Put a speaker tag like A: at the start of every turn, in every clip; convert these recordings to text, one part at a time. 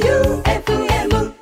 A: J-O-E-U-F-M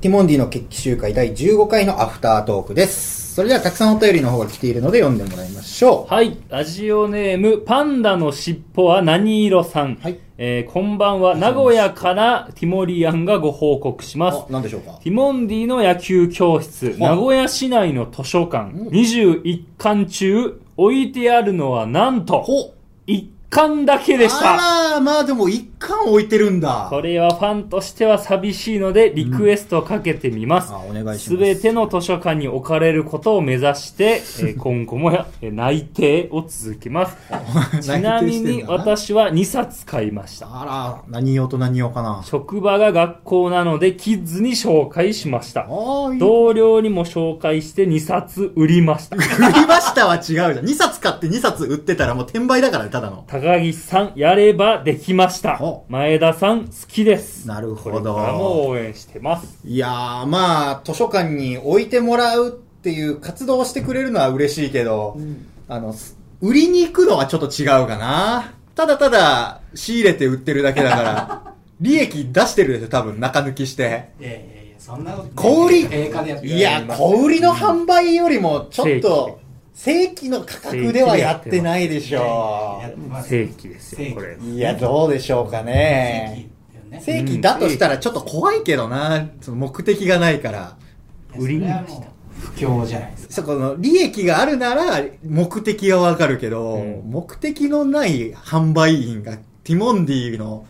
B: ティモンディの決起集会第15回のアフタートークです。それではたくさんお便りの方が来ているので読んでもらいましょ
C: はい、ラジオネーム、パンダの尻尾は何色さん。
B: はい
C: えーこんばんは、名古屋からティモリアンがご報告し
B: う。
C: ます
B: あ。、なんでしょうか
C: ティモンディの野球教室、名古屋市内の図書館、21巻中、置いてあるのはなんと、
B: ほ
C: 1巻だけでした。
B: あらー、まあでも一巻置いてるんだ。
C: これはファンとしては寂しいので、リクエストをかけてみます
B: あ、。お願いし
C: す
B: ます。
C: べての図書館に置かれることを目指して、えー今後もやえー内定を続けます。ちなみに私は2冊買いました。
B: あら、何用と何用かな。
C: 職場が学校なのでキッズに紹介しました。
B: ああ、いい。
C: 同僚にも紹介して2冊売りました。
B: 売りましたは違うじゃん。2冊買って2冊売ってたらもう転売だからね、ただの。
C: 高岸さん、やればできました
B: お。
C: 前田さん、好きです。
B: なるほど
C: これからも応援してます。
B: いやー、まあ、図書館に置いてもらうっていう活動をしてくれるのは嬉しいけど、あの、す売りに行くのはちょっと違うかな。ただただ仕入れて売ってるだけだ から、利益出してるでしょ、多分、中抜きして。
D: いやいやいや、そんなこと。
B: 小売り
D: 映画でやってる
B: いや、小売りの販売よりも、ちょっと、正規の価格ではやってないでしょ
D: いやいやいややってます
C: 正規です
D: 正
C: よ、
D: 規
C: これ。
B: う。いや、どうでしょうかね。
D: 正
B: 正規だとしたらちょっと怖いけどな、その目的がないから。
D: 規
C: 売りに
D: いやそれはもう不況じゃないですか。
B: そこの利益があるなら目的はわかるけど、
C: うん
B: 目的のない販売員がティモンディの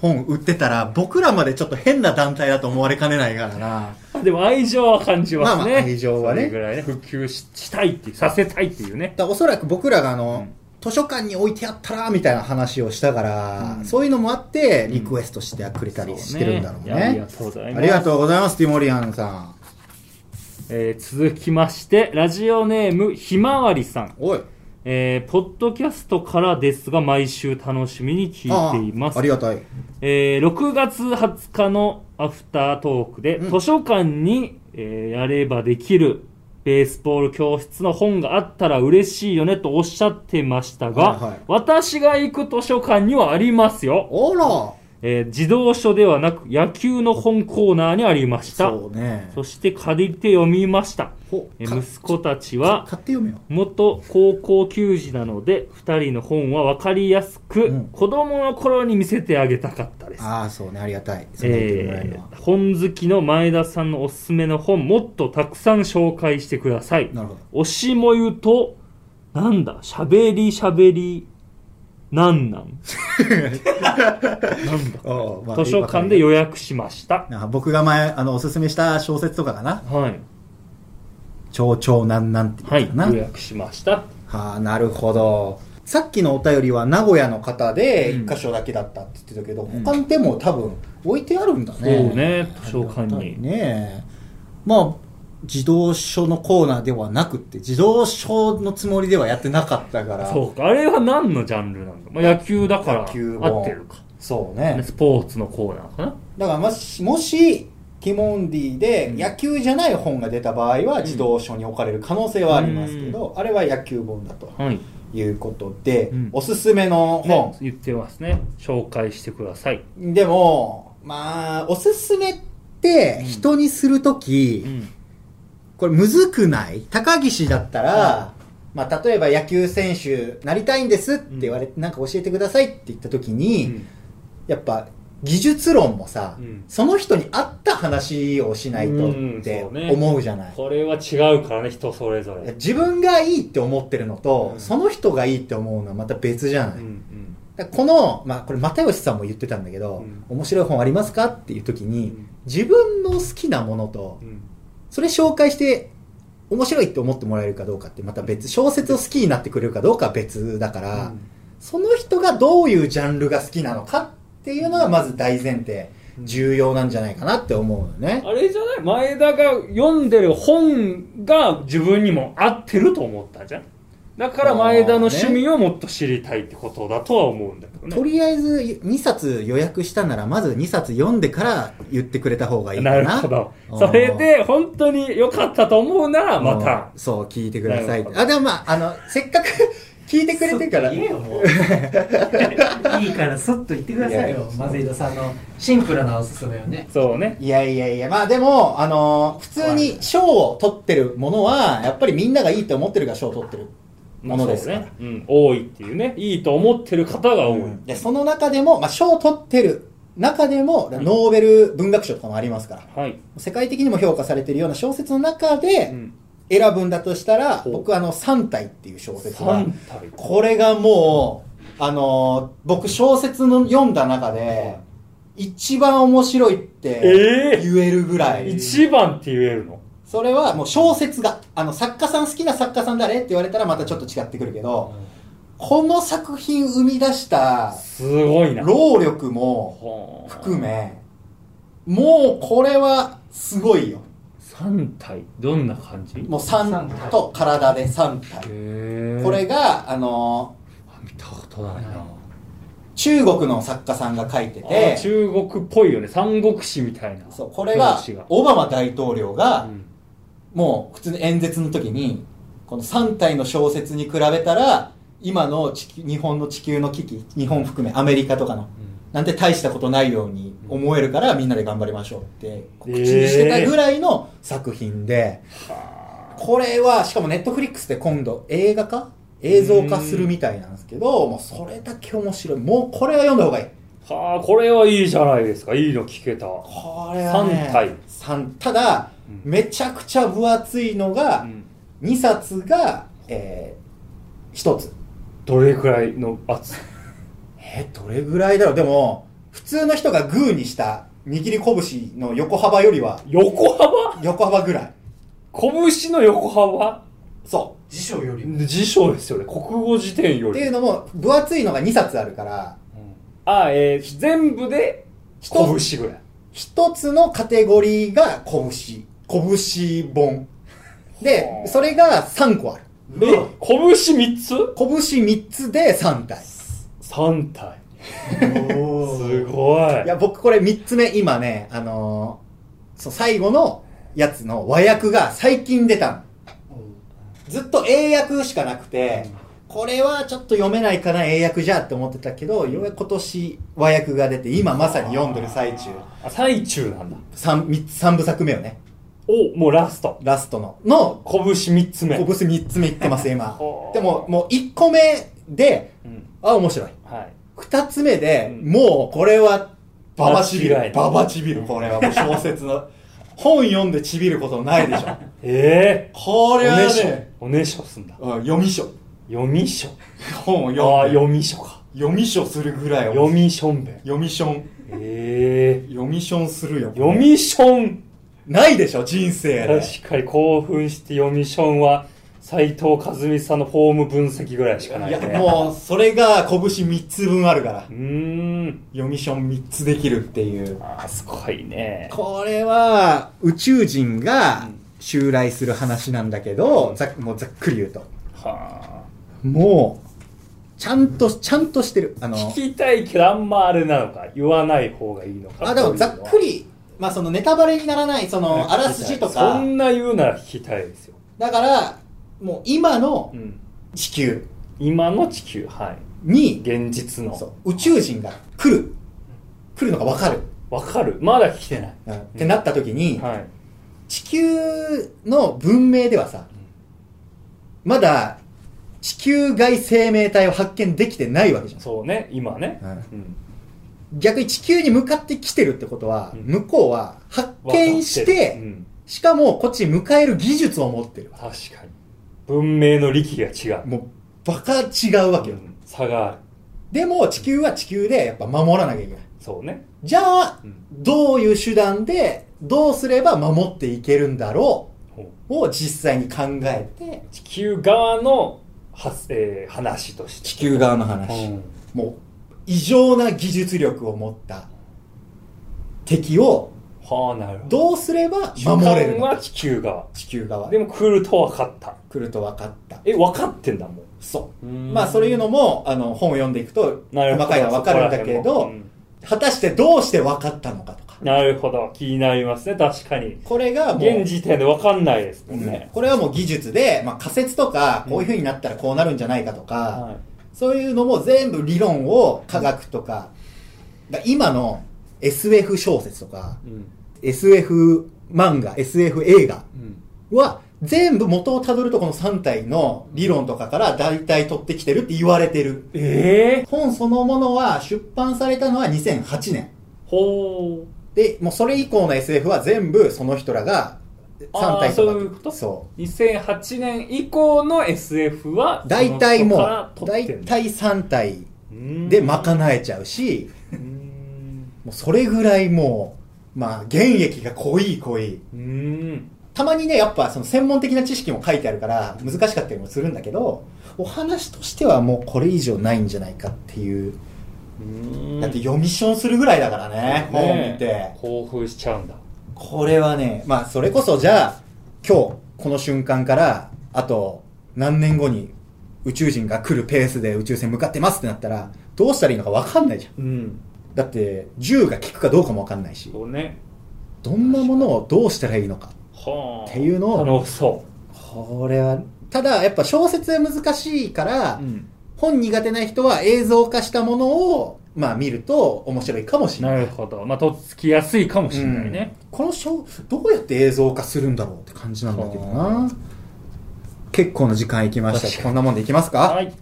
B: 本売ってたら僕らまでちょっと変な団体だと思われかねないからな。
C: でも愛情は感じま
B: ま
C: すね。
B: あまあ愛情はね
C: それぐらいね、普及ししたいっていう、させたいっていうね。
B: だからおそらく僕らがあの、図書館に置いてあったらみたいな話をしたから、そういうのもあってリクエストしてくれたりしてるんだろうね。
C: そうねいやありがとうございます
B: ありがとうございます、ティモリアンさん。
C: えー続きまして、ラジオネーム、ひまわりさん。
B: おい。
C: えーポッドキャストからですが、毎週楽しみに聞いていま
B: ああ
C: す
B: あり。がたい。
C: えー6月20日のアフタートークで、
B: うん
C: 図書館に、えーやればできるベースボール教室の本があったら嬉しいよねとおっしゃってましたが、
B: はいはい
C: 私が行く図書館にはありますよ、
B: おら
C: えー自動書ではなく野球の本コーナーにありました
B: そうね。
C: そして借りて読みました
B: ほ
C: え
B: か
C: ー息子たちは
B: 買って読めよ。
C: 元高校球児なので2人の本は分かりやすく、
B: うん
C: 子供の頃に見せてあげたかったです
B: ああ、そうね、ありがたい。その言ってもらえる
C: え
B: のは
C: ー本好きの前田さんのおすすめの本もっとたくさん紹介してください
B: なるほど。
C: 推しもゆとなんだしゃべりしゃべりなんなんなんだ
B: おうまあ
C: 図書館で予約しました
B: なんか僕が前、あの、おすすめした小説とかかな。
C: はい
B: 蝶々なんなんって
C: は
B: 言
C: い
B: ったかな。
C: 予約しました
B: はあ、なるほど。さっきのお便りは名古屋の方で一箇所だけだったって言ってたけど、他にでも多分置いてあるんだね。
C: そうね図書館に
B: ありがたいねまあ、自動書のコーナーではなくって、自動書のつもりではやってなかったから。
C: そうかあれは何のジャンルなんだ、まあ、野球だから合
B: 野球本
C: ってるか
B: そうね
C: ね。スポーツのコーナーかな
B: だからもし、もし、ティモンディで野球じゃない本が出た場合は自動書に置かれる可能性はありますけど、あれは野球本だと
C: はい、
B: いうことで、
C: うん
B: おすすめの本
C: ね、、言ってますね紹介してください、
B: でも、まあ、おすすめって人にするとき、
C: うん、
B: これむずくない高岸だったら、まあ、例えば野球選手なりたいんですって言われて、なんか教えてくださいって言ったときに、
C: うん
B: やっぱ技術論もさ、
C: うん
B: その人に合った話をしないとっ
C: うん
B: て
C: そうね
B: 思うじゃない、
C: これは違うからね人それぞれ、
B: 自分がいいって思ってるのと、
C: うん
B: その人がいいって思うのはまた別じゃない、
C: ん
B: だからこの、まあ、これ又吉さんも言ってたんだけど、
C: うん
B: 面白い本ありますかっていう時に、
C: うん
B: 自分の好きなものと
C: うん
B: それ紹介して面白いって思ってもらえるかどうかってまた別小説を好きになってくれるかどうかは別だから、
C: うん
B: その人がどういうジャンルが好きなのかっていうのがまず大前提重要なんじゃないかなって思うのね、
C: あれじゃない前田が読んでる本が自分にも合ってると思ったじゃんだから前田の趣味をもっと知りたいってことだとは思うんだけどね
B: とりあえず2冊予約したならまず2冊読んでから言ってくれた方がいいか
C: な
B: な
C: るほど
B: うん
C: それで本当に良かったと思うならま
B: も
C: た
B: うそう、聞いてください
C: なるほ。ど
B: あ、でもまあ、あの、せっかく聞いてくれてから
D: そっと言えよも ういいからそっと言ってください
B: い
D: よマゼイドさんのシンプルなおすすめをね
C: そうね。
B: いやいやいや、まあでも、あのー普通に賞を取ってるものは、やっぱりみんながいいと思ってるから賞を取ってるものですから。
C: そうね。うん。多いっていうね。いいと思ってる方が多い。
B: でその中でも、まあ、賞を取ってる中でも、ノーベル文学賞とかもありますから、
C: はい。
B: 世界的にも評価されてるような小説の中
C: う
B: で
C: ん。
B: 選ぶんだとしたら、
C: ほう
B: 僕、あの、三体っていう小説が
C: 3、体。
B: これがもう、あのー僕、小説の読んだ中で、一番面白いって
C: え
B: 言えるぐらい。
C: 一番って言えるの。
B: それはもう小説が、あの、作家さん好きな作家さん誰って言われたらまたちょっと違ってくるけど、この作品生み出した
C: すごいな。
B: 労力も
C: ほー
B: 含め、もうこれはすごいよ。
C: 三体どんな感じ
B: もう三と体で三体。
C: へ
B: これが、あの、
C: 見たことないな
B: 中国の作家さんが書いて
C: あ
B: て、
C: 中国っぽいよね三国志みたいな
B: そう、これが
C: 表紙が、
B: オバマ大統領
C: う
B: が、
C: ん
B: もう普通の演説の時に、この3体の小説に比べたら、今の地球日本の地球の危機、日本含めアメリカとかの、なんて大したことないように思えるから、みんなで頑張りましょうって、口にしてたぐらいの作品で、これは、しかもネットフリックスで今度映画化映像化するみたいなんですけど、もうそれだけ面白い。もうこれは読んだ方がいい。
C: はあこれはいいじゃないですかいいの聞けた
B: これは、ね。
C: 三体
B: 三ただ、
C: うん
B: めちゃくちゃ分厚いのが、2冊が、えー、1つ。
C: どれくらいの圧
B: えーどれぐらいだろうでも、普通の人がグーにした握り拳の横幅よりは、
C: 横幅
B: 横幅ぐらい。
C: 拳の横幅
B: そ
D: 辞書よりも
C: 辞書ですよね国語辞典よ
B: う。っていう
C: り
B: のも、分厚いのが2冊あるから、
C: あえー全部で
B: 一つ
C: 拳ぐらい
B: 一つのカテゴリーが拳。拳本。で
C: は、あ
B: それが3個ある。
C: え拳3つ
B: 拳3つで3体。
C: 三体
D: お
C: す
D: ー
C: ごい
B: いや、僕これ3つ目、今ね、あのーそう、最後のやつの和訳が最近出たの。ずっと英訳しかなくて、これはちょっと読めないかな、英訳じゃって思ってたけど、ようやく今年和訳が出て、今まさに読んでる最中、
C: あ最中なんだ
B: 三三つ三部作目をね、
C: おもうラスト
B: ラストの、の、
C: 拳3つ目
B: こぶす3つ目いってます、 今
C: ほ。う
B: でも、もう1個目で、
C: うん
B: あ、面白い。
C: はい
B: 2つ目で、
C: うん
B: もう、これは、ババちび
C: 間違
B: る
C: い。ない
B: ババちびる、これはもう小説の。 本読んでちびることないでしょ。
C: ええ
B: こ
C: お
B: れは
C: ねしょ
B: ね、
C: おねしょすんだ
B: うん読み書。
C: 読み書
B: 本を
C: ああ
B: 読んで。
C: 読み書か
B: 読み書するぐらい面白い
C: 読みしょんべん
B: 読みション。
C: ええ
B: 読みションするよ。
C: 読みしょん
B: ないでしょ、人生で。
C: 確かに興奮して読みしょんは斎藤和美さんのフォーム分析ぐらいしかないいね
B: や、もう、それが拳3つ分あるから
C: う。ーん
B: 読みション3つできるっていう。
C: あーすごいね
B: これは、宇宙人が
C: うん
B: 襲来する話なんだけど、ざっもうざっくり言うと。
C: は
B: もう、ちゃんと、ちゃんとしてる。あ
C: あ
B: の、
C: 聞きたいけどあんまあれなのか言わない方がいいのか
B: あ、でもざっく
C: り
B: り、まあそのネタバレにならない、その、あらすじと
C: そ
B: か。
C: んな言うなら聞きたいですよ、
B: だから、もう今の
C: うん、
B: 地球
C: 今の地球はい
B: に、
C: 現実の
B: そう宇宙人が来る来るのが分かる、
C: わかるまだ来てない、
B: ってなった時に、
C: はい
B: 地球の文明ではさ、まだ地球外生命体を発見できてないわけじゃん
C: そうね今ね、
B: はい
C: うん
B: 逆に地球に向かってきてるってことは、
C: うん
B: 向こうは発見し
C: わかって
B: て
C: るうん
B: しかもこっちに迎える技術を持ってる
C: 確かに文明の力が違う、
B: もうバカ違うわけよ、
C: うん差がある
B: でも地球は地球でやっぱ守らなきゃいけない
C: そうね、
B: じゃあ
C: う、ん
B: どういう手段で、どうすれば守っていけるんだろ
C: ほう
B: うを実際に考えて、
C: 地球側の発、えー話として
B: 地球側の
C: う
B: 話。
C: ん
B: もう、異常な技術力を持った敵を、
C: はあなるほど
B: どうすれば守れる
C: 主観
B: の
C: は
B: か。
C: 地球側
B: 地球側
C: で
B: で
C: も来ると分かった
B: 来ると分かった。
C: え分かってんだもん
B: そう。
C: うん
B: まあ、そういうのも、あの、本を読むんでいくと、
C: なるほ
B: 細
C: ど
B: かいのは分かるんだけ
C: そこら
B: ど
C: 辺も、
B: 果たしてどうして分かったのかとか。
C: なるほど。気になりますね。確かに。
B: これがもう、
C: 現時点でわかんないですもんね。
B: これはもう技術で、まあ、仮説とか、こういう風になったらこうなるんじゃないかとか、
C: はい
B: そういうのも全部理論を科学とか、だ今の SF 小説とか、
C: うん。
B: SF 漫画、SF 映画
C: うん。
B: は、全部元をたどるとこの3体の理論とかから大体取ってきてるって言われてる。
C: ええ
B: 本そのものは出版されたのは2008年。
C: ほう。
B: で、もうそれ以降の SF は全部その人らが3
C: あー
B: 体
C: そ
B: と
C: ういう
B: か
C: こと
B: そう。
C: 2008年以降の SF は、
B: 大体もう、
C: だい
B: 大体3体で
C: で
B: 賄えちゃうし、
C: うーん。
B: もうそれぐらいもう、まあ、原液が濃い濃い。
C: うーん。
B: たまにね、やっぱその専門的な知識も書いてあるから、難しかったりもするんだけど、お話としてはもうこれ以上ないんじゃないかっていう。
C: うーん
B: だって読みションするぐらいだからね、本を見て
C: ね。興奮しちゃうんだ。
B: これはね、まあ、それこそじゃあ、今日、この瞬間から、あと、何年後に宇宙人が来るペースで宇宙船向かってますってなったら、どうしたらいいのか分かんないじゃん。
C: うん。
B: だって、銃が効くかどうかも分かんないし、
C: そうね。
B: どんなものをどうしたらいいのか。
C: はあ。
B: っていうのを
C: 楽しそ
B: これは、ただ、やっぱ小説は難しいから、
C: う。ん。
B: 本苦手な人は映像化したものを、まあ見ると面白いかもしれ
C: な
B: ない。
C: るほど。まあ、とっつきやすいかもしれない
B: うん
C: ね。
B: このショーどうやって映像化するんだろうって感じなんだけどな結構な時間いきました
C: 確か
B: し
C: に
B: こんなもんでいきますか、
C: はい。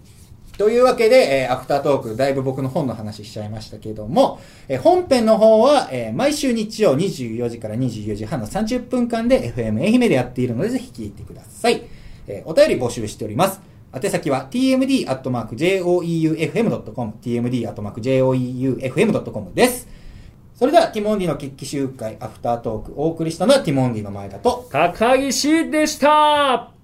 B: というわけで、えーアフタートークだいぶ僕の本の話しちゃいましたけども、えー本編の方は、えー毎週日曜24時から24時半の30分間で FM 愛媛でやっているのでぜひ聞いてください、えーお便り募集しております宛先は tmd.joeufm.com tmd.joeufm.com ですそれではティモンディの決起集会アフタートークお送りしたのはティモンディの前田と
C: 高岸でした